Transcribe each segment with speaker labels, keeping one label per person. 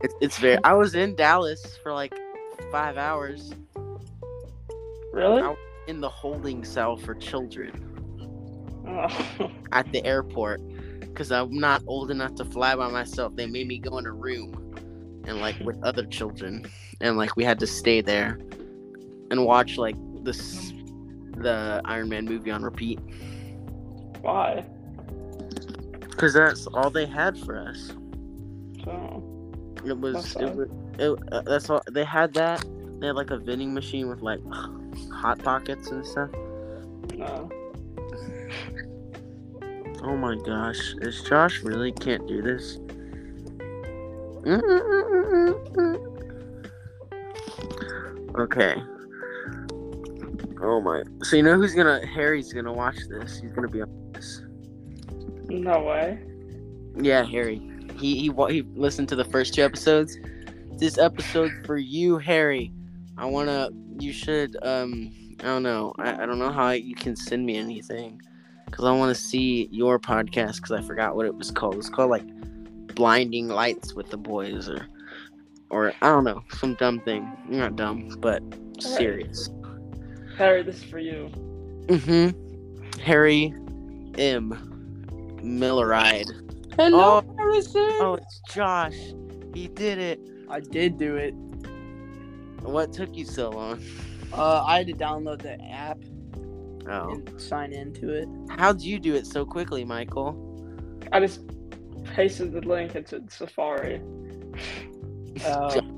Speaker 1: It's it's very. I was in Dallas for like five hours
Speaker 2: Really?
Speaker 1: I- in the holding cell for children
Speaker 2: Oh.
Speaker 1: at the airport because I'm not old enough to fly by myself. They made me go in a room and like with other children, and like we had to stay there and watch like this the Iron Man movie on repeat
Speaker 2: Why?
Speaker 1: because that's all they had for us.
Speaker 2: So,
Speaker 1: It was,
Speaker 2: That's
Speaker 1: it
Speaker 2: odd.
Speaker 1: was it, uh, that's all they had that. They had like a vending machine with like hot pockets and stuff.
Speaker 2: no.
Speaker 1: Oh my gosh, is Josh really can't do this? Okay. Oh my. So you know who's gonna Harry's gonna watch this. He's gonna be on this.
Speaker 2: No way.
Speaker 1: Yeah, Harry. He he wa- he listened to the first two episodes. This episode's for you, Harry. I wanna. You should. Um. I don't know. I, I don't know how you can send me anything, cause I want to see your podcast. Cause I forgot what it was called. It's called like "Blinding Lights with the Boys" or, or I don't know, some dumb thing. You're not dumb, but serious.
Speaker 2: Harry, this is for you.
Speaker 1: Mm-hmm. Harry M. Milleride.
Speaker 2: Hello,
Speaker 1: Oh.
Speaker 2: Harrison.
Speaker 1: Oh, it's Josh. He did it.
Speaker 3: I did do it.
Speaker 1: What took you so long?
Speaker 3: Uh, I had to download the app
Speaker 1: Oh.
Speaker 3: and sign into it.
Speaker 1: How'd you do it so quickly, Michael?
Speaker 2: I just pasted the link into Safari.
Speaker 3: Uh,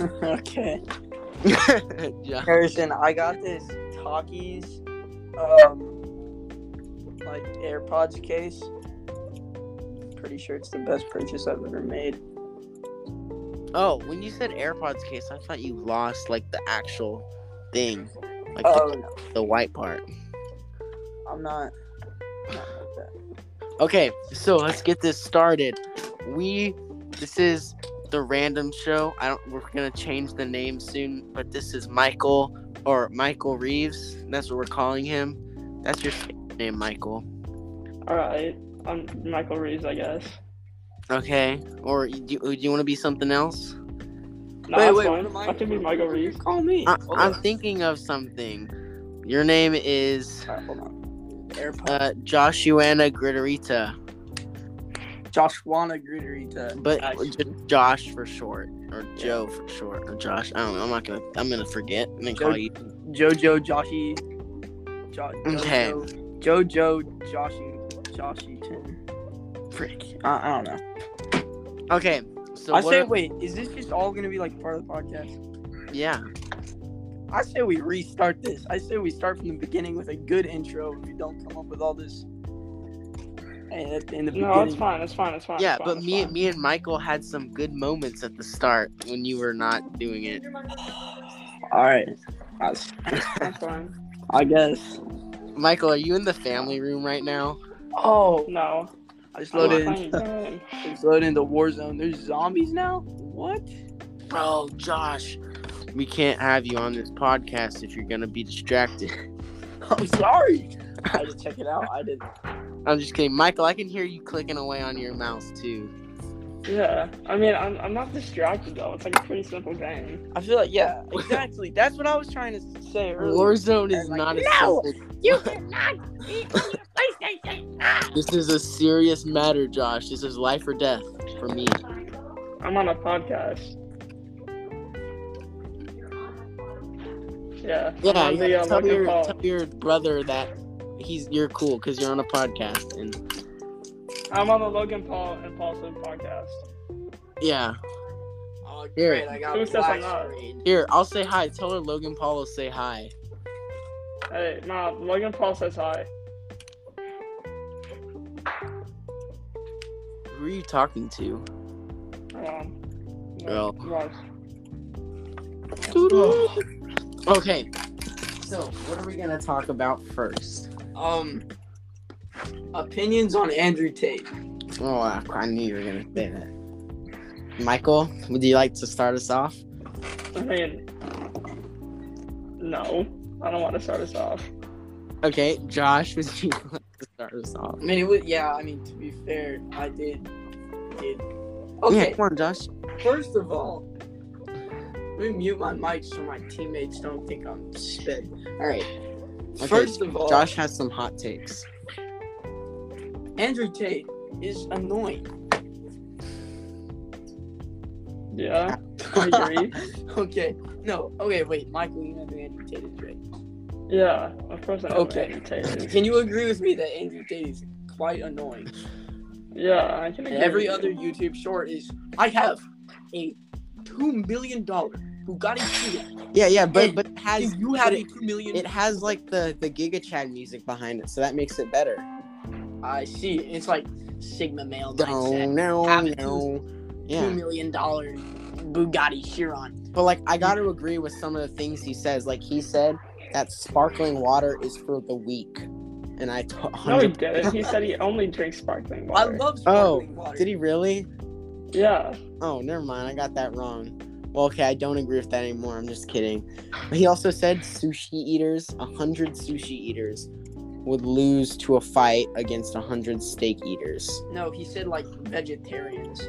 Speaker 3: okay.
Speaker 1: yeah.
Speaker 3: Harrison, I got this Takis, um, like AirPods case. Pretty sure it's the best purchase I've ever made.
Speaker 1: Oh, when you said AirPods case, I thought you lost like the actual thing. Like
Speaker 3: Oh,
Speaker 1: the,
Speaker 3: no,
Speaker 1: the white part.
Speaker 3: I'm not. not like that.
Speaker 1: Okay, so let's get this started. We this is the random show. I don't we're gonna change the name soon, but this is Michael or Michael Reeves. That's what we're calling him. That's your name, Michael.
Speaker 2: Alright. I'm Michael Reeves, I guess.
Speaker 1: Okay. Or do, do you want to be something else?
Speaker 2: No,
Speaker 3: Wait,
Speaker 2: that's
Speaker 3: wait,
Speaker 2: fine.
Speaker 3: what am I-
Speaker 2: I can be Michael Reeves.
Speaker 3: Call me.
Speaker 1: I,
Speaker 3: Hold
Speaker 1: I'm
Speaker 3: on.
Speaker 1: thinking of something. Your name is
Speaker 3: Alright, hold on. AirPods.
Speaker 1: uh, Joshuana Gritarita,
Speaker 3: Joshuana Gruderita.
Speaker 1: but
Speaker 3: Actually.
Speaker 1: just Josh for short, or Joe for short, or Josh. I don't know. I'm not gonna. I'm gonna forget and then
Speaker 3: Joe-
Speaker 1: call you.
Speaker 3: Jojo Joshi. Jo-
Speaker 1: Okay.
Speaker 3: Jojo, Jojo Joshi. Joshington. Frick. I, I don't know.
Speaker 1: Okay. So
Speaker 3: I
Speaker 1: what
Speaker 3: say,
Speaker 1: are-
Speaker 3: wait, is this just all going to be like part of the podcast?
Speaker 1: yeah.
Speaker 3: I say we restart this. I say we start from the beginning with a good intro if you don't come up with all this. Hey, at the, in the
Speaker 2: No, it's
Speaker 3: beginning.
Speaker 2: fine, it's fine, it's fine.
Speaker 1: Yeah,
Speaker 2: it's fine,
Speaker 1: but
Speaker 2: it's
Speaker 1: me,
Speaker 2: fine.
Speaker 1: me and Michael had some good moments at the start when you were not doing it.
Speaker 3: All right. That's-
Speaker 2: That's fine.
Speaker 3: I guess.
Speaker 1: Michael, are you in the family room right now?
Speaker 3: Oh,
Speaker 2: No.
Speaker 3: I just
Speaker 1: I'm
Speaker 2: I'm not
Speaker 3: loaded,
Speaker 1: Loaded.
Speaker 2: playing
Speaker 3: in,
Speaker 2: the game.
Speaker 3: I just loaded into Warzone. There's zombies now? What?
Speaker 1: Bro, Josh, we can't have you on this podcast if you're gonna be distracted.
Speaker 3: I'm sorry. I had to check it out. I didn't.
Speaker 1: I'm just kidding, Michael. I can hear you clicking away on your mouse too.
Speaker 2: Yeah. I mean I'm I'm not distracted though. It's like a pretty simple game.
Speaker 3: I feel like yeah, exactly. That's what I was trying to say earlier.
Speaker 1: Warzone is
Speaker 3: Like,
Speaker 1: not a
Speaker 3: "No!"
Speaker 1: simple-
Speaker 3: You cannot beat me, PlayStation.
Speaker 1: This is a serious matter, Josh. This is life or death for me.
Speaker 2: I'm on a podcast. Yeah. I'm
Speaker 1: Yeah,
Speaker 2: on
Speaker 1: yeah,
Speaker 2: the, uh,
Speaker 1: tell,
Speaker 2: Michael
Speaker 1: your,
Speaker 2: Paul.
Speaker 1: tell your brother that he's you're cool because you're on a podcast and
Speaker 2: I'm on the Logan Paul and Paul Slim podcast.
Speaker 1: yeah.
Speaker 3: Oh
Speaker 1: Here.
Speaker 3: great! I got
Speaker 2: Who
Speaker 3: a
Speaker 2: says I'm
Speaker 3: black
Speaker 2: not?
Speaker 3: screen.
Speaker 1: Here, I'll say hi. Tell her Logan Paul will say hi.
Speaker 2: Hey, nah, Logan Paul says hi.
Speaker 1: Who are you talking to?
Speaker 2: Um,
Speaker 1: Girl.
Speaker 2: Ross.
Speaker 1: Okay. So what are we gonna talk about first?
Speaker 3: Um, opinions on Andrew Tate.
Speaker 1: Oh, I I knew you were gonna say that. Michael, would you like to start us off?
Speaker 2: I mean, no, I don't want to start us off.
Speaker 1: Okay, Josh, would you like to start us off?
Speaker 3: I mean, it was yeah. I mean, to be fair, I did did
Speaker 1: Yeah,
Speaker 3: Okay,
Speaker 1: come on, Josh.
Speaker 3: first of all, let me mute my mic so my teammates don't think I'm sped. All right.
Speaker 1: Okay,
Speaker 3: First of all,
Speaker 1: Josh has some hot takes.
Speaker 3: Andrew Tate is annoying.
Speaker 2: Yeah, I agree.
Speaker 3: Okay. No. Okay. Wait, Michael, you know who Andrew Tate is, right?
Speaker 2: yeah, of course I know
Speaker 3: Okay.
Speaker 2: Andrew Tate is.
Speaker 3: Can you agree with me that Andrew Tate is quite annoying?
Speaker 2: Yeah, I can
Speaker 3: And
Speaker 2: agree.
Speaker 3: every
Speaker 2: with
Speaker 3: other
Speaker 2: you.
Speaker 3: YouTube short is I have a two million dollar Bugatti Chiron.
Speaker 1: Yeah, yeah, but
Speaker 3: Hey,
Speaker 1: but it has
Speaker 3: If you had
Speaker 1: but
Speaker 3: a
Speaker 1: it,
Speaker 3: two million,
Speaker 1: it has like the the Giga Chad music behind it, so that makes it better.
Speaker 3: I see. It's like Sigma male
Speaker 1: No,
Speaker 3: mindset.
Speaker 1: no,
Speaker 3: Have it
Speaker 1: no.
Speaker 3: Two
Speaker 1: Yeah,
Speaker 3: million dollar Bugatti Chiron.
Speaker 1: but like I got to agree with some of the things he says. Like he said that sparkling water is for the weak, and I t-
Speaker 2: No, he didn't. He said he only drinks sparkling
Speaker 3: I
Speaker 2: water.
Speaker 3: love
Speaker 1: Oh,
Speaker 3: sparkling water.
Speaker 1: did he really?
Speaker 2: yeah,
Speaker 1: Oh, never mind. I got that wrong. Well, okay, I don't agree with that anymore. I'm just kidding. But he also said sushi eaters, a hundred sushi eaters, would lose to a fight against a hundred steak eaters.
Speaker 3: No, he said like vegetarians.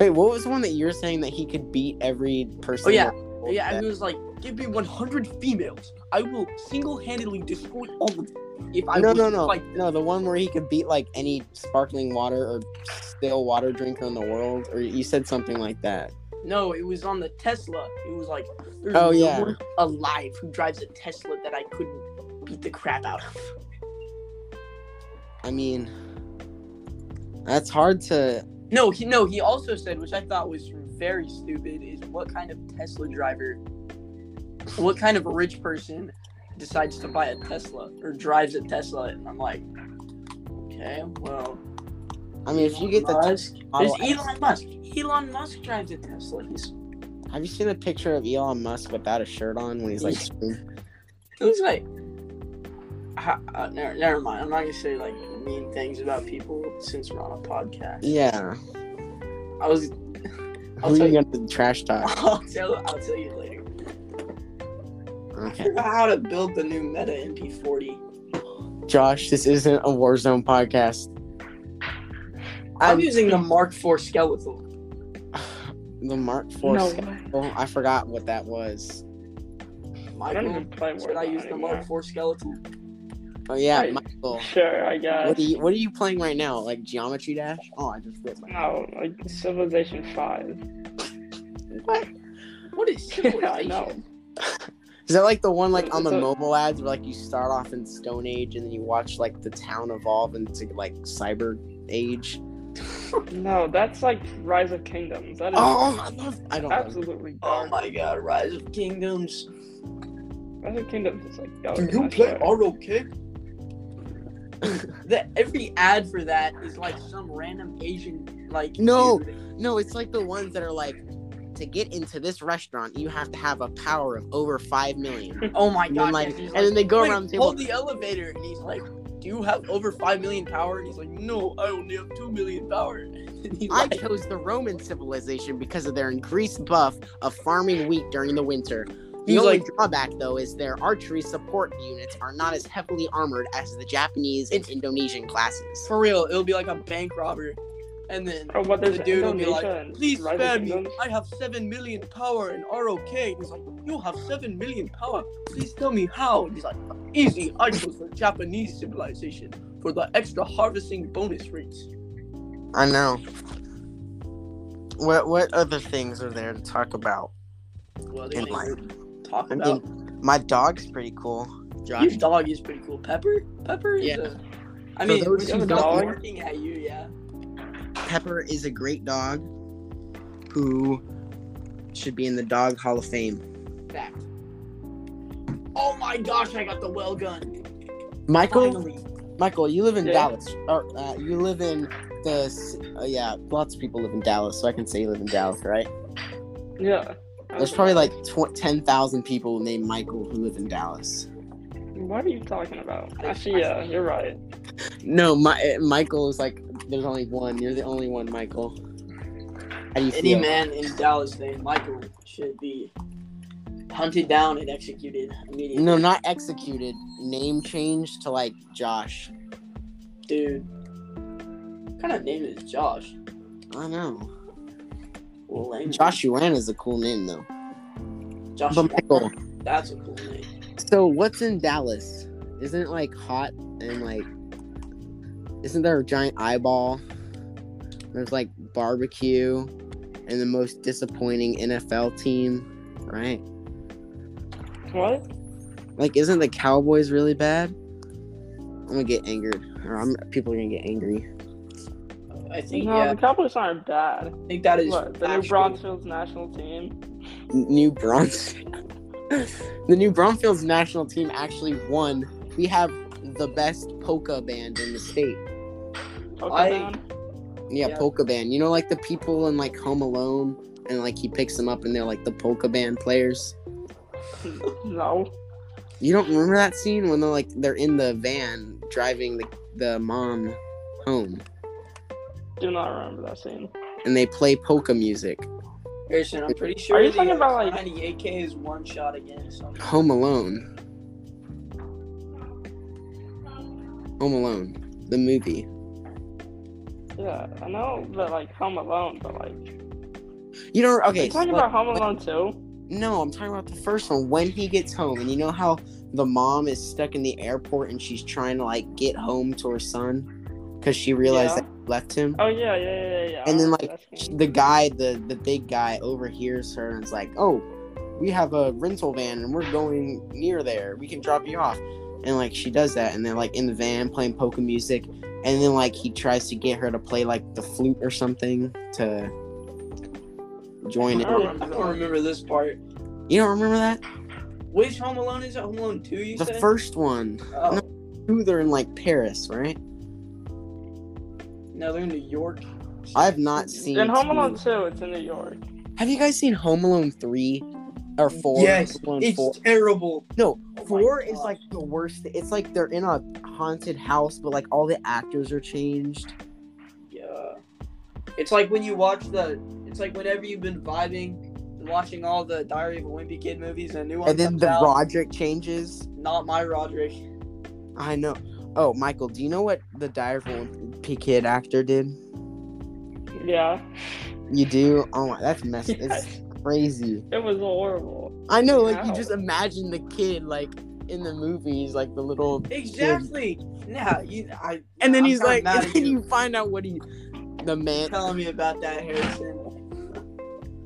Speaker 1: Wait, what was the one that you were saying that he could beat every person?
Speaker 3: Oh, yeah.
Speaker 1: in the world
Speaker 3: Yeah, and
Speaker 1: that-
Speaker 3: he was like, "Give me 100 females. I will single-handedly destroy all of them." If I
Speaker 1: no,
Speaker 3: was
Speaker 1: no, no,
Speaker 3: like,
Speaker 1: no. The one where he could beat like any sparkling water or still water drinker in the world, or you said something like that.
Speaker 3: no, it was on the Tesla. It was like, "There's
Speaker 1: Oh,
Speaker 3: no
Speaker 1: yeah.
Speaker 3: one alive who drives a Tesla that I couldn't beat the crap out of."
Speaker 1: I mean, that's hard to.
Speaker 3: No, he no, he also said, which I thought was very stupid, is what kind of Tesla driver, what kind of rich person decides to buy a Tesla or drives a Tesla? And I'm like, okay, well,
Speaker 1: I mean, if you get the
Speaker 3: Musk-
Speaker 1: model
Speaker 3: There's Elon Musk. Elon Musk drives a Tesla. He's
Speaker 1: Have you seen a picture of Elon Musk without a shirt on when he's like, screaming?
Speaker 3: it was like, ha- uh, never, never mind. I'm not gonna say like mean things about people since we're on a podcast.
Speaker 1: yeah?
Speaker 3: I was. I'll
Speaker 1: Who are
Speaker 3: tell
Speaker 1: you
Speaker 3: you.
Speaker 1: gonna trash talk?
Speaker 3: I'll tell. I'll tell you later. I
Speaker 1: Okay,
Speaker 3: forgot how to build the new Meta MP40.
Speaker 1: Josh, this isn't a Warzone podcast.
Speaker 3: I'm
Speaker 1: I'm-
Speaker 3: using the Mark IV skeletal.
Speaker 1: The Mark Four.
Speaker 2: no.
Speaker 1: I forgot what that was.
Speaker 2: I don't even
Speaker 3: Michael,
Speaker 2: play
Speaker 3: should I
Speaker 2: Warzone
Speaker 3: use the
Speaker 2: anymore.
Speaker 3: Mark IV skeletal?
Speaker 1: Oh yeah,
Speaker 2: Wait.
Speaker 1: Michael.
Speaker 2: Sure, I guess.
Speaker 1: What are you What are you playing right now? Like Geometry Dash? Oh, I just ripped my.
Speaker 2: No, like Civilization Five.
Speaker 3: What is
Speaker 2: yeah, I
Speaker 3: civilization?
Speaker 2: know.
Speaker 1: Is that like the one like on the
Speaker 2: So-
Speaker 1: mobile ads where like you start off in Stone Age and then you watch like the town evolve into like Cyber Age?
Speaker 2: No, that's like Rise of Kingdoms. That is
Speaker 1: Oh, I love. I don't know.
Speaker 2: absolutely
Speaker 3: Oh
Speaker 2: dark.
Speaker 3: my God! Rise of Kingdoms.
Speaker 2: Rise of Kingdoms is like.
Speaker 3: Do
Speaker 2: dark,
Speaker 3: you
Speaker 2: I
Speaker 3: play
Speaker 2: swear.
Speaker 3: auto kick? that every ad for that is like some random Asian like
Speaker 1: No.
Speaker 3: dude.
Speaker 1: No, it's like the ones that are like, to get into this restaurant, you have to have a power of over five million.
Speaker 3: Oh my
Speaker 1: And
Speaker 3: god!
Speaker 1: then like,
Speaker 3: yes, he's
Speaker 1: and
Speaker 3: like,
Speaker 1: then they go
Speaker 3: "Wait,
Speaker 1: around the table.
Speaker 3: hold the elevator, and he's like, "Do you have over five million power?" And he's like, "No, I only have two million power." And he's
Speaker 1: I
Speaker 3: like,
Speaker 1: chose the Roman civilization because of their increased buff of farming wheat during the winter. The
Speaker 3: He's
Speaker 1: only
Speaker 3: like-
Speaker 1: drawback, though, is their archery support units are not as heavily armored as the Japanese and
Speaker 3: It's-
Speaker 1: Indonesian classes.
Speaker 3: "For real, it'll be like a bank robber," and then
Speaker 2: Or what? There's
Speaker 3: the dude will be
Speaker 2: Indonesia
Speaker 3: like,
Speaker 2: and
Speaker 3: "Please
Speaker 2: Rise of
Speaker 3: spare me.
Speaker 2: Kingdoms.
Speaker 3: I have seven million power in ROK." And he's like, "You have seven million power. Please tell me how." And he's like, "Easy. I chose the Japanese civilization for the extra harvesting bonus rates."
Speaker 1: I know. What what other things are there to talk about?
Speaker 3: Well,
Speaker 1: And
Speaker 3: they didn't talk
Speaker 1: I mean,
Speaker 3: about.
Speaker 1: My dog's pretty cool.
Speaker 3: Your dog is pretty cool. Pepper. Pepper is.
Speaker 1: Yeah.
Speaker 3: A,
Speaker 1: For
Speaker 3: I mean,
Speaker 1: those
Speaker 3: when
Speaker 1: who
Speaker 3: she's
Speaker 2: don't-
Speaker 3: not barking at you, yeah.
Speaker 1: Pepper is a great dog who should be in the Dog Hall of Fame.
Speaker 3: Fact. Oh my gosh! I got the well gun.
Speaker 1: Michael,
Speaker 3: Finally.
Speaker 1: Michael, you live in
Speaker 2: Yeah.
Speaker 1: Dallas, or uh, you live in the? s- Uh, yeah, lots of people live in Dallas, so I can say you live in Dallas, right?
Speaker 2: Yeah.
Speaker 1: There's probably like tw- ten thousand people named Michael who live in Dallas.
Speaker 2: What are you talking about? Actually, yeah, you're right.
Speaker 1: No, my uh, Michael is like. There's only one. You're the only one, Michael. How do you
Speaker 3: Any
Speaker 1: feel?
Speaker 3: man in Dallas named Michael should be hunted down and executed immediately.
Speaker 1: No, not executed. Name changed to like Josh.
Speaker 3: dude. What kind of name is Josh?
Speaker 1: I know.
Speaker 3: cool name.
Speaker 1: Joshuan is a cool name though.
Speaker 3: Josh.
Speaker 1: But Michael,
Speaker 3: That's a cool name.
Speaker 1: so what's in Dallas? Isn't it like hot and like isn't there a giant eyeball? There's like barbecue and the most disappointing NFL team, right?
Speaker 2: What?
Speaker 1: Like isn't the Cowboys really bad? I'm gonna get angered. Or I'm people are gonna get angry.
Speaker 3: I think
Speaker 2: No,
Speaker 3: yeah.
Speaker 2: the Cowboys aren't bad.
Speaker 3: I think that is
Speaker 2: What, the new
Speaker 3: actually-
Speaker 2: Bronzeville's national team.
Speaker 1: N- New Bronx The new Bromfield's national team actually won. We have the best polka band in the state.
Speaker 2: Poker
Speaker 3: I-
Speaker 2: down.
Speaker 1: Yeah,
Speaker 3: Yeah.
Speaker 1: polka band. You know, like the people in like Home Alone, and like he picks them up, and they're like the polka band players.
Speaker 2: No.
Speaker 1: You don't remember that scene when they're like they're in the van driving the the mom home,
Speaker 2: Do not remember that scene.
Speaker 1: and they play polka music.
Speaker 3: Harrison, I'm pretty sure.
Speaker 2: Are you
Speaker 3: the,
Speaker 2: talking
Speaker 3: uh,
Speaker 2: about, like-
Speaker 3: 98K is one shot again or something?
Speaker 1: Home Alone. Home Alone, the movie.
Speaker 2: Yeah, I know but like Home Alone, but like
Speaker 1: You don't
Speaker 2: Are
Speaker 1: okay?
Speaker 2: you talking
Speaker 1: so-
Speaker 2: about Home Alone too?
Speaker 1: No, I'm talking about the first one. When he gets home, and you know how the mom is stuck in the airport and she's trying to like get home to her son because she realized
Speaker 2: Yeah.
Speaker 1: that he left him.
Speaker 2: Oh yeah, yeah, yeah, yeah, yeah.
Speaker 1: And then,
Speaker 2: I remember
Speaker 1: like,
Speaker 2: that
Speaker 1: She-
Speaker 2: scene.
Speaker 1: The guy, the the big guy, overhears her and is like, "Oh, we have a rental van and we're going near there. We can drop you off." And like she does that, and they're like in the van playing polka music, and then like he tries to get her to play like the flute or something to join in.
Speaker 3: I
Speaker 2: Oh.
Speaker 3: don't, remember, I don't remember this part.
Speaker 1: You don't remember that?
Speaker 3: Which Home Alone is it? Home Alone 2, you
Speaker 1: The
Speaker 3: said?
Speaker 1: first one.
Speaker 3: Oh, no.
Speaker 1: Two, they're in like Paris, right?
Speaker 3: they're in New York.
Speaker 1: I have not seen.
Speaker 2: in Home
Speaker 1: two.
Speaker 2: Alone 2, it's in New York.
Speaker 1: Have you guys seen Home Alone three or four?
Speaker 3: Yes,
Speaker 1: Home Alone
Speaker 3: It's
Speaker 1: four.
Speaker 3: terrible.
Speaker 1: No,
Speaker 3: Oh my
Speaker 1: four is
Speaker 3: gosh.
Speaker 1: like the worst. thi- It's like they're in a haunted house, but like all the actors are changed.
Speaker 3: Yeah. It's like when you watch the. It's like whenever you've been vibing, watching all the Diary of a Wimpy Kid movies, and a new one
Speaker 1: and then
Speaker 3: comes
Speaker 1: the
Speaker 3: out.
Speaker 1: Roderick changes.
Speaker 3: not my Roderick.
Speaker 1: I know. Oh, Michael, do you know what the Dire P Kid actor did?
Speaker 2: Yeah.
Speaker 1: You do? Oh my, that's messed. It's
Speaker 2: Yes.
Speaker 1: crazy.
Speaker 2: It was horrible.
Speaker 1: I know. Like you
Speaker 2: Wow.
Speaker 1: just imagine the kid like in the movies, like the little.
Speaker 3: Exactly. Nah, you. I.
Speaker 1: And then
Speaker 3: I'm
Speaker 1: he's
Speaker 3: kinda
Speaker 1: like,
Speaker 3: mad
Speaker 1: and
Speaker 3: at
Speaker 1: then
Speaker 3: you.
Speaker 1: you find out what he, the man.
Speaker 3: telling me about that, Harrison.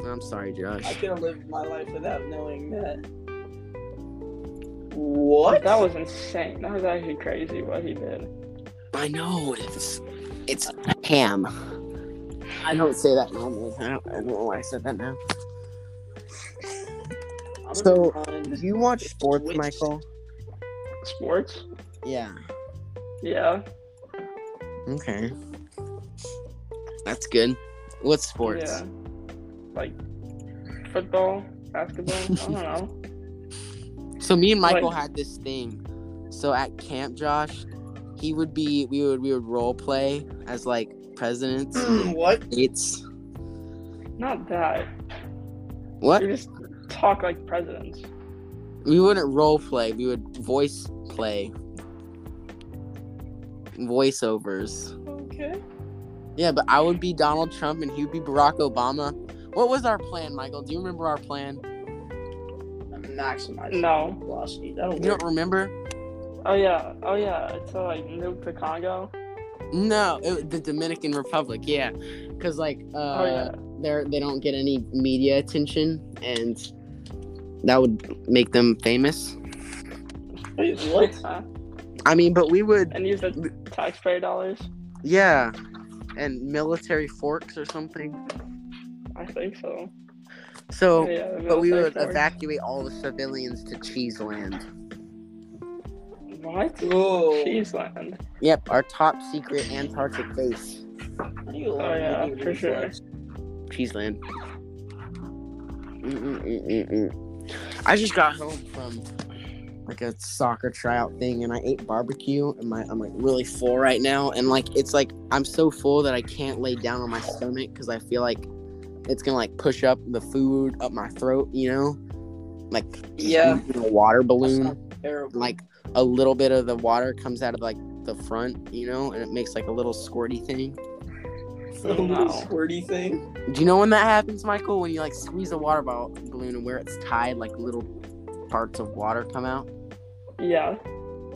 Speaker 1: I'm sorry,
Speaker 3: I
Speaker 1: Josh.
Speaker 3: could have lived my life without knowing that. What?
Speaker 2: That was insane. That was actually crazy what he did.
Speaker 1: I know it's it's ham. I don't say that normally. I don't, I don't know why I said that now.
Speaker 3: I'm
Speaker 1: so-
Speaker 3: gonna
Speaker 1: Do you watch sports,
Speaker 3: Which-
Speaker 1: Michael?
Speaker 2: Sports?
Speaker 1: Yeah.
Speaker 2: Yeah.
Speaker 1: Okay. That's good. What sports?
Speaker 2: Yeah. Like football, basketball, I don't know.
Speaker 1: So me and Michael
Speaker 2: Like-
Speaker 1: had this thing. So at camp, Josh, he would be we would we would role play as like presidents.
Speaker 2: Mm.
Speaker 3: run. Mm, what?
Speaker 1: It's
Speaker 2: Not that.
Speaker 1: what
Speaker 2: You just talk like presidents.
Speaker 1: we wouldn't role play. We would voice play. Voiceovers.
Speaker 2: Okay.
Speaker 1: Yeah, but I would be Donald Trump and he would be Barack Obama. What was our plan, Michael? Do you remember our plan?
Speaker 3: Maximize
Speaker 2: No.
Speaker 3: velocity. That'll
Speaker 1: You
Speaker 3: work.
Speaker 1: don't remember?
Speaker 2: Oh yeah. Oh yeah. It's uh, like nuke the Congo.
Speaker 1: No, it, was the Dominican Republic. Yeah, because like uh,
Speaker 2: oh yeah.
Speaker 1: they're they don't get any media attention, and that would make them famous.
Speaker 3: Wait, what?
Speaker 2: Huh?
Speaker 1: I mean, but we would
Speaker 2: And use the taxpayer dollars.
Speaker 1: yeah, and military forks or something.
Speaker 2: I think so.
Speaker 1: So,
Speaker 2: yeah, the
Speaker 1: Oh, but we
Speaker 2: military
Speaker 1: would
Speaker 2: force.
Speaker 1: evacuate all the civilians to Cheeseland.
Speaker 2: What?
Speaker 3: Whoa.
Speaker 2: Cheeseland.
Speaker 1: Yep, our top secret Antarctic base,
Speaker 3: How do you
Speaker 2: Oh,
Speaker 3: learn
Speaker 2: yeah,
Speaker 3: any
Speaker 2: for
Speaker 3: new
Speaker 2: sure.
Speaker 3: stuff?
Speaker 1: Cheeseland. Mm-mm-mm-mm-mm. I just got home from like a soccer tryout thing, and I ate barbecue, and my I'm like really full right now, and like it's like I'm so full that I can't lay down on my stomach because I feel like it's gonna like push up the food up my throat, you know, like
Speaker 3: Yeah.
Speaker 1: a water
Speaker 3: That's
Speaker 1: balloon
Speaker 3: not terrible.
Speaker 1: like a little bit of the water comes out of like the front, you know, and it makes like a little squirty thing.
Speaker 3: The
Speaker 2: Oh,
Speaker 3: little
Speaker 2: no.
Speaker 3: squirty thing.
Speaker 1: Do you know when that happens, Michael? When you like squeeze a water ball- balloon and where it's tied, like little parts of water come out.
Speaker 2: Yeah.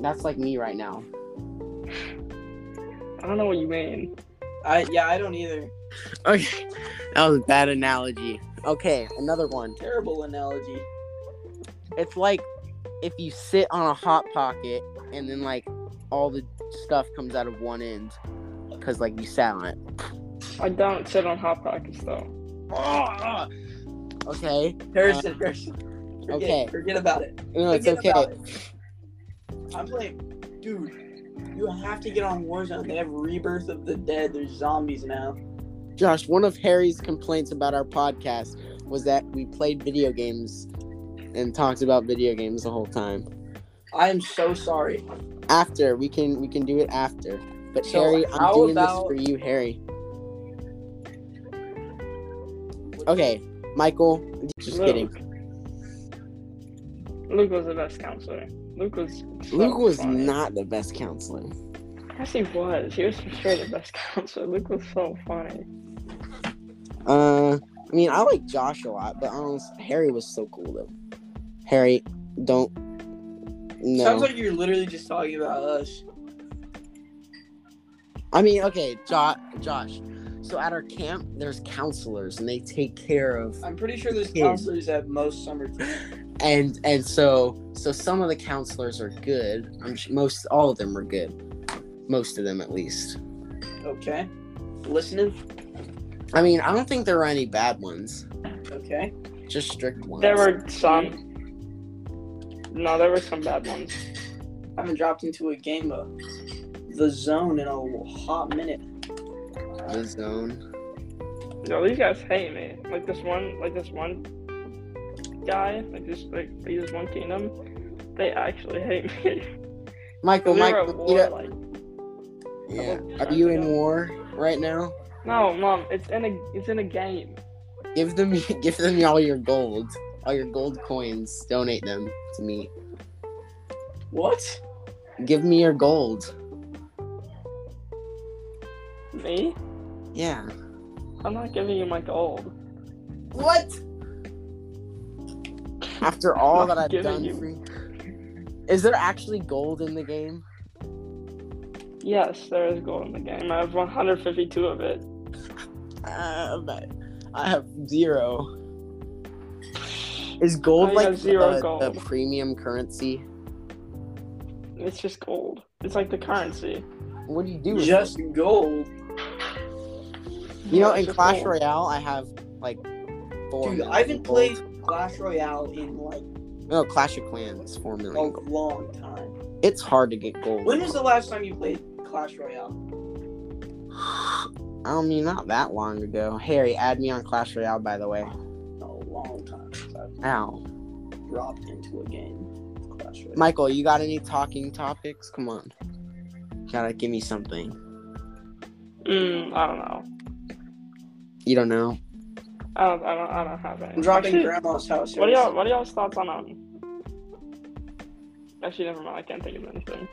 Speaker 1: That's like me right now.
Speaker 2: I don't know what you mean.
Speaker 3: I yeah, I don't either.
Speaker 1: Okay, that was a bad analogy. Okay, another one.
Speaker 3: Terrible analogy.
Speaker 1: It's like if you sit on a hot pocket and then like all the stuff comes out of one end because like you sat on it.
Speaker 2: I don't sit on hot pockets though.
Speaker 3: Ah,
Speaker 1: Okay,
Speaker 2: Uh,
Speaker 3: Harrison, Harrison. Forget,
Speaker 1: okay.
Speaker 3: forget about it.
Speaker 1: no, it's
Speaker 3: Forget
Speaker 1: okay.
Speaker 3: about it. I'm playing, dude. You have to get on Warzone. They have Rebirth of the Dead. There's zombies now.
Speaker 1: Josh, one of Harry's complaints about our podcast was that we played video games and talked about video games the whole time.
Speaker 3: I am so sorry.
Speaker 1: After we can we can do it after. But
Speaker 3: So,
Speaker 1: Harry,
Speaker 3: how
Speaker 1: I'm doing
Speaker 3: about-
Speaker 1: this for you, Harry. Okay, Michael. Just
Speaker 2: Luke.
Speaker 1: kidding.
Speaker 2: Luke was the best counselor. Luke was. so
Speaker 1: Luke was
Speaker 2: funny.
Speaker 1: not the best counselor.
Speaker 2: Yes, he was. He was for sure the best counselor. Luke was so funny.
Speaker 1: Uh, I mean, I like Josh a lot, but honest, Harry was so cool though. Harry, don't. No.
Speaker 3: Sounds like you're literally just talking about us.
Speaker 1: I mean, okay, jo- Josh. So at our camp, there's counselors, and they take care of
Speaker 3: I'm pretty sure there's
Speaker 1: Yeah.
Speaker 3: counselors at most summer camps.
Speaker 1: and and so so some of the counselors are good. I'm sh- most all of them are good, most of them at least.
Speaker 3: Okay. Listening.
Speaker 1: I mean, I don't think there were any bad ones,
Speaker 3: Okay.
Speaker 1: just strict ones.
Speaker 2: There were some. No, there were some bad ones.
Speaker 3: I haven't dropped into a game of the zone in a hot minute.
Speaker 1: the zone.
Speaker 2: Yo, these guys hate me. Like this one, like this one guy, like this, like like this one kingdom. They actually hate me.
Speaker 1: Michael,
Speaker 2: we were
Speaker 1: Michael,
Speaker 2: at
Speaker 1: you
Speaker 2: war,
Speaker 1: know-
Speaker 2: like,
Speaker 1: yeah.
Speaker 2: couple
Speaker 1: Are
Speaker 2: times
Speaker 1: you in
Speaker 2: ago.
Speaker 1: war right now?
Speaker 2: no, mom, it's in a, it's in a game.
Speaker 1: Give them, give them all your gold, all your gold coins. Donate them to me.
Speaker 3: What?
Speaker 1: Give me your gold.
Speaker 2: Me?
Speaker 1: Yeah.
Speaker 2: I'm not giving you my gold.
Speaker 3: What?
Speaker 1: After all that
Speaker 2: Not
Speaker 1: I've
Speaker 2: giving
Speaker 1: done
Speaker 2: you.
Speaker 1: for you. Is there actually gold in the game?
Speaker 2: Yes, there is gold in the game. I have 152 of it.
Speaker 1: Uh, but I have zero. Is gold
Speaker 2: I
Speaker 1: like
Speaker 2: have zero
Speaker 1: the,
Speaker 2: gold.
Speaker 1: the premium currency?
Speaker 2: It's just gold. It's like the currency.
Speaker 1: What do you do? with
Speaker 3: Just gold.
Speaker 1: it? you know,
Speaker 2: It's
Speaker 1: in
Speaker 2: just
Speaker 1: Clash
Speaker 2: gold.
Speaker 1: Royale, I have like four.
Speaker 3: Dude,
Speaker 1: million
Speaker 3: I haven't
Speaker 1: gold.
Speaker 3: played Clash Royale in like
Speaker 1: No, Clash of Clans, four
Speaker 3: a
Speaker 1: million. gold.
Speaker 3: long time.
Speaker 1: It's hard to get gold.
Speaker 3: Oh. When was the last time you played Clash Royale?
Speaker 1: I mean, not that long ago. Harry, add me on Clash Royale, by the way.
Speaker 3: A long time since I've
Speaker 1: Ow.
Speaker 3: dropped into a game of Clash Royale.
Speaker 1: Michael, you got any talking topics? Come on. Gotta give me something.
Speaker 2: Mm, I don't know.
Speaker 1: You don't know?
Speaker 2: I don't, I don't, I don't have any.
Speaker 3: I'm dropping
Speaker 2: Actually,
Speaker 3: Grandma's house.
Speaker 2: What are y'all? What are y'all's thoughts on um? Actually, never mind. I can't think of anything.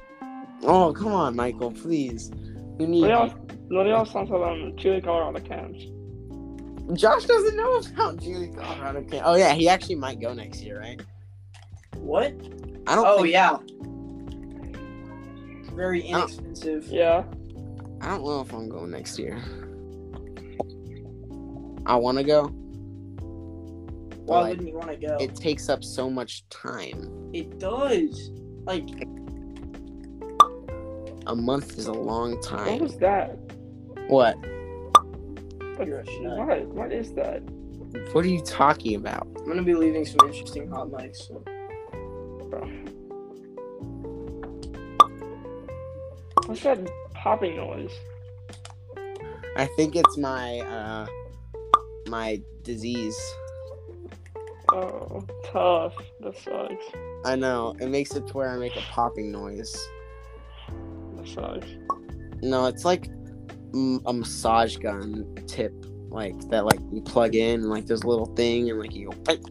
Speaker 1: Oh, come on, Michael, please. We need
Speaker 2: What are y'all?
Speaker 1: you.
Speaker 2: What are y'all's thoughts on um, Chile Colorado camps?
Speaker 1: Josh doesn't know about Julie Colorado Camp. Oh yeah, he actually might go next year, right?
Speaker 3: What?
Speaker 1: I don't.
Speaker 3: Oh
Speaker 1: think-
Speaker 3: yeah. Very inexpensive.
Speaker 2: Yeah.
Speaker 1: I don't know if I'm going next year. I want to go. But,
Speaker 3: Why
Speaker 1: like,
Speaker 3: wouldn't you want to go?
Speaker 1: it takes up so much time.
Speaker 3: It does. Like
Speaker 1: A month is a long
Speaker 2: What
Speaker 1: time.
Speaker 2: was that?
Speaker 1: What?
Speaker 2: That's-
Speaker 3: You're a snob.
Speaker 2: What? What is that?
Speaker 1: What are you talking about?
Speaker 3: I'm gonna be leaving some interesting hot mics. So.
Speaker 2: What's that popping noise?
Speaker 1: I think it's my uh my disease.
Speaker 2: Oh, tough. That sucks.
Speaker 1: I know. It makes it to where I make a popping noise.
Speaker 2: That sucks.
Speaker 1: No, it's like mm, a massage gun tip, like that, like you plug in, and, like there's a little thing, and like you go. "Pick."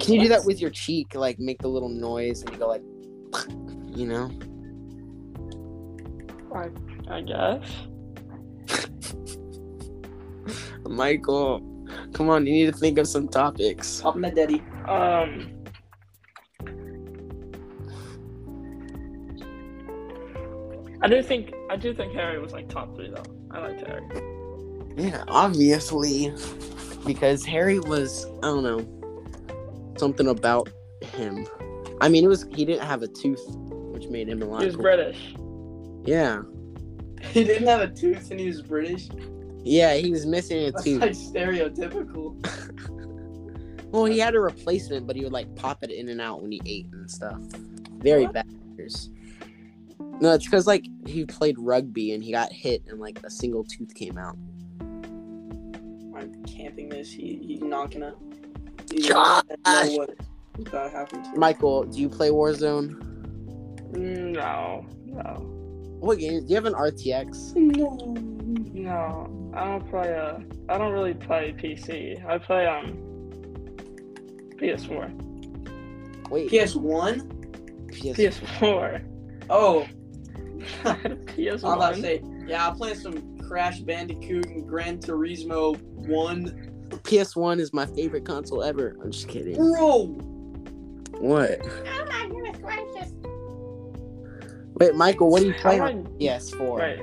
Speaker 1: Can you do that with your cheek? Like make the little noise, and you go like, you know.
Speaker 2: I guess.
Speaker 1: Michael, come on, you need to think of some topics.
Speaker 3: Pop my daddy.
Speaker 2: Um. I do think I do think Harry was like top three though. I liked Harry.
Speaker 1: Yeah, obviously, because Harry was I don't know something about him. I mean, it was he didn't have a tooth, which made him a lot.
Speaker 2: He was
Speaker 1: cooler.
Speaker 2: British.
Speaker 1: Yeah,
Speaker 3: He didn't have a tooth and he was British.
Speaker 1: yeah, he was missing a
Speaker 3: That's
Speaker 1: tooth.
Speaker 3: like stereotypical.
Speaker 1: Well, he had a replacement, but he would like pop it in and out when he ate and stuff. Very
Speaker 3: What?
Speaker 1: bad. years. No, it's because like he played rugby and he got hit and like a single tooth came out.
Speaker 3: I'm camping this. He he's not gonna. He's
Speaker 1: Josh!
Speaker 3: not gonna know what what that happened to.
Speaker 1: Michael, do you play Warzone?
Speaker 2: No, no,
Speaker 1: What game? Do you have an RTX?
Speaker 3: No.
Speaker 2: no. I don't play. Uh, I don't really play PC. I play um PS4.
Speaker 1: Wait,
Speaker 3: PS One.
Speaker 1: PS-
Speaker 2: PS4.
Speaker 3: Oh,
Speaker 2: PS4.
Speaker 3: I'm about to say. Yeah, I played some Crash Bandicoot and Gran Turismo One.
Speaker 1: PS1 is my favorite console ever. I'm just kidding.
Speaker 3: Bro,
Speaker 1: What?
Speaker 4: Oh my goodness gracious.
Speaker 1: Wait, Michael, what do you
Speaker 2: How
Speaker 1: play
Speaker 2: am
Speaker 1: on
Speaker 2: I
Speaker 1: PS4?
Speaker 2: right?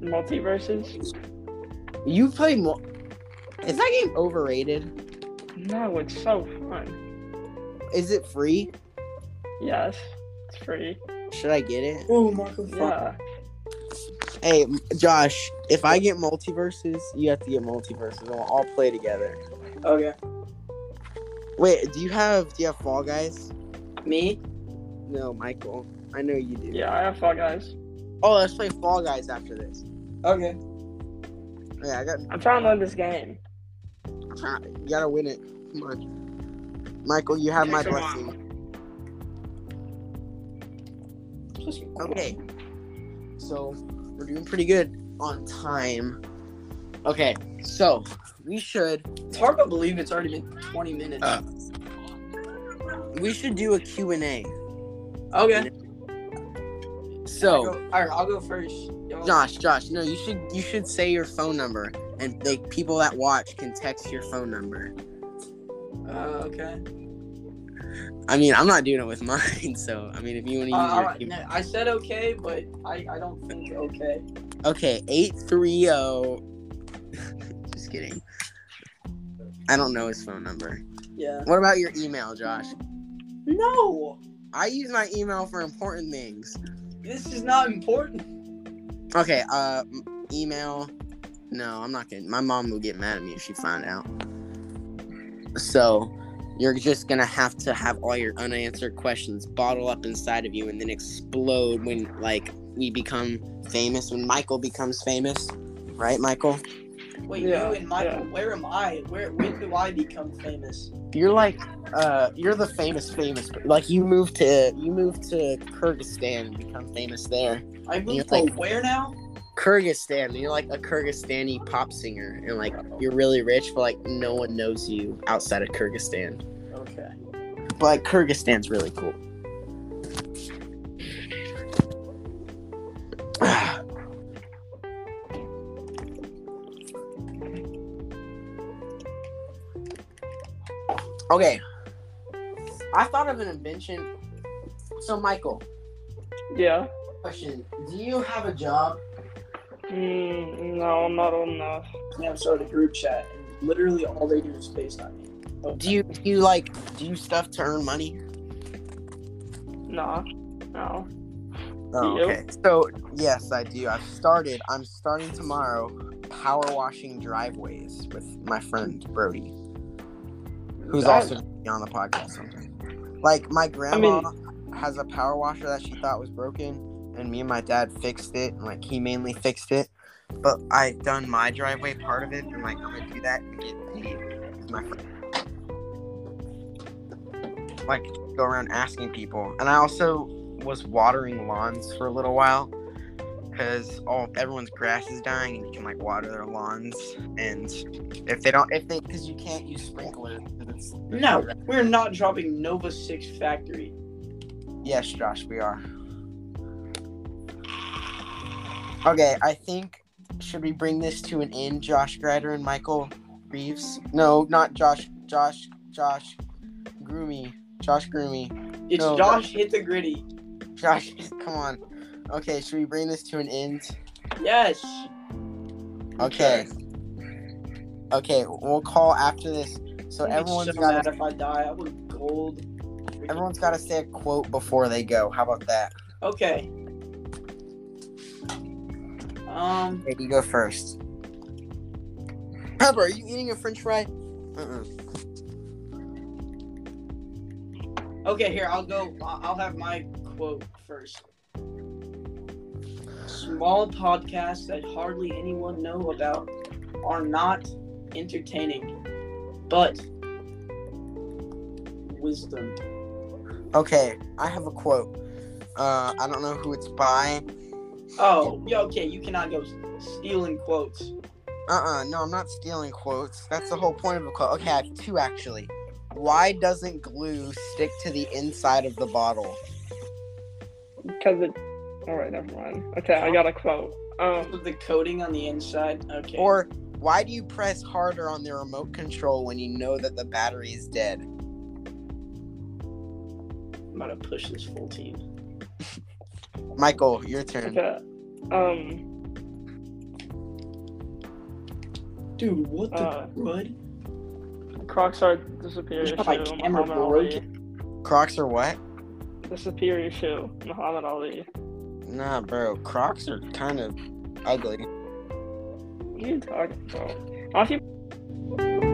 Speaker 2: Multiverses?
Speaker 1: You play more. Is that game overrated?
Speaker 2: No, it's so fun.
Speaker 1: Is it free?
Speaker 2: Yes, it's free.
Speaker 1: Should I get it?
Speaker 3: oh Marco.
Speaker 2: Yeah.
Speaker 1: Hey, M- Josh, if I get multiverses, you have to get multiverses, and we'll all play together.
Speaker 3: Okay,
Speaker 1: Wait, do you have do you have Fall Guys?
Speaker 3: me.
Speaker 1: No, Michael. I know you do.
Speaker 2: Yeah, I have Fall Guys.
Speaker 1: Oh, let's play Fall Guys after this.
Speaker 3: Okay.
Speaker 1: Yeah, I got.
Speaker 2: I'm trying to learn this game.
Speaker 1: I'm trying- You gotta win it. Come on, Michael. You have my
Speaker 2: Come on.
Speaker 1: blessing. Okay. So we're doing pretty good on time. Okay, so we should
Speaker 3: It's hard to believe it's already been 20 minutes.
Speaker 1: Uh. we should do a Q&A.
Speaker 3: okay.
Speaker 1: So,
Speaker 3: Go- all right, I'll go first. Y'all-
Speaker 1: Josh, Josh, no, you should you should say your phone number and the people that watch can text your phone number.
Speaker 3: Uh, okay.
Speaker 1: I mean, I'm not doing it with mine, so I mean, if you want to
Speaker 3: Uh,
Speaker 1: use
Speaker 3: all
Speaker 1: your
Speaker 3: right. no, I said okay, but I, I don't think okay.
Speaker 1: Okay, 830 Just kidding. I don't know his phone number.
Speaker 3: Yeah.
Speaker 1: What about your email, Josh?
Speaker 3: No,
Speaker 1: I use my email for important things.
Speaker 3: this is not important.
Speaker 1: Okay, uh, m- email. No, I'm not gonna. My mom will get mad at me if she find out. So, you're just gonna have to have all your unanswered questions bottle up inside of you and then explode when, like, we become famous. When Michael becomes famous, right, Michael?
Speaker 3: Wait,
Speaker 2: Yeah,
Speaker 3: you and Michael,
Speaker 2: yeah.
Speaker 3: where am I? Where when do I become famous?
Speaker 1: You're like, uh, you're the famous famous. Like, you move to you move to Kyrgyzstan and become famous there.
Speaker 3: I moved to
Speaker 1: like-
Speaker 3: where now?
Speaker 1: Kyrgyzstan. and You're like a Kyrgyzstani pop singer, and like you're really rich, but like no one knows you outside of Kyrgyzstan.
Speaker 3: Okay.
Speaker 1: But like Kyrgyzstan's really cool. okay, I thought of an invention. So, Michael,
Speaker 2: Yeah.
Speaker 1: question: Do you have a job?
Speaker 2: Mm, no, I'm not old enough.
Speaker 3: Now I started a group chat, and literally all they do is FaceTime me.
Speaker 1: Do you do you like do you stuff to earn money?
Speaker 2: No, no.
Speaker 1: Oh,
Speaker 2: Yep.
Speaker 1: okay. So yes, I do. I've started. I'm starting tomorrow. Power washing driveways with my friend Brody, who's
Speaker 2: That-
Speaker 1: also gonna be on the podcast sometime. Like my grandma has a power washer that she thought was broken, and me and my dad fixed it, and like he mainly fixed it. But I've done my driveway part of it, and like I'm gonna do that and get paid. with My friend. Like go around asking people, and I also was watering lawns for a little while because all everyone's grass is dying and you can like water their lawns and if they don't if they because you can't use sprinklers 'cause it's-
Speaker 3: No, we're not dropping Nova Six Factory.
Speaker 1: yes josh we are okay i think should we bring this to an end, Josh Grider and Michael Reeves? No, not Josh. Josh. Josh. Groomy. Josh Groomy.
Speaker 3: It's
Speaker 1: No,
Speaker 3: Josh hit the gritty.
Speaker 1: Josh. Come on. Okay, should we bring this to an end?
Speaker 3: Yes.
Speaker 1: Okay. Okay, we'll call after this. So
Speaker 3: I'd be
Speaker 1: everyone's
Speaker 3: so
Speaker 1: got
Speaker 3: mad if I die. I would gold.
Speaker 1: everyone's got to say a quote before they go. How about that?
Speaker 3: Okay. Um.
Speaker 1: Maybe you go first. Pepper, are you eating a French fry? Uh-uh.
Speaker 3: Okay, here I'll go. I- I'll have my quote first. Small podcasts that hardly anyone know about are not entertaining, but wisdom.
Speaker 1: Okay, I have a quote. Uh, I don't know who it's by.
Speaker 3: Oh, yeah. Okay, you cannot go s- stealing quotes.
Speaker 1: Uh-uh, no, I'm not stealing quotes. That's the whole point of a quote. Okay, I have two actually. Why doesn't glue stick to the inside of the bottle?
Speaker 2: Because it. Alright, never mind. Okay, I got a quote. Um,
Speaker 3: With the coating on the inside. Okay.
Speaker 1: Or why do you press harder on the remote control when you know that the battery is dead?
Speaker 3: I'm gonna push this full team.
Speaker 1: Michael, your turn.
Speaker 2: okay. Um,
Speaker 3: Dude, what the
Speaker 2: Uh,
Speaker 3: what?
Speaker 2: Crocs are the superior shoe.
Speaker 3: Just my camera
Speaker 2: Muhammad
Speaker 3: broke.
Speaker 2: Ali.
Speaker 1: Crocs or what?
Speaker 2: The superior shoe. Muhammad Ali.
Speaker 1: Nah, bro. Crocs are kind of ugly.
Speaker 2: What are you talking about? Honestly,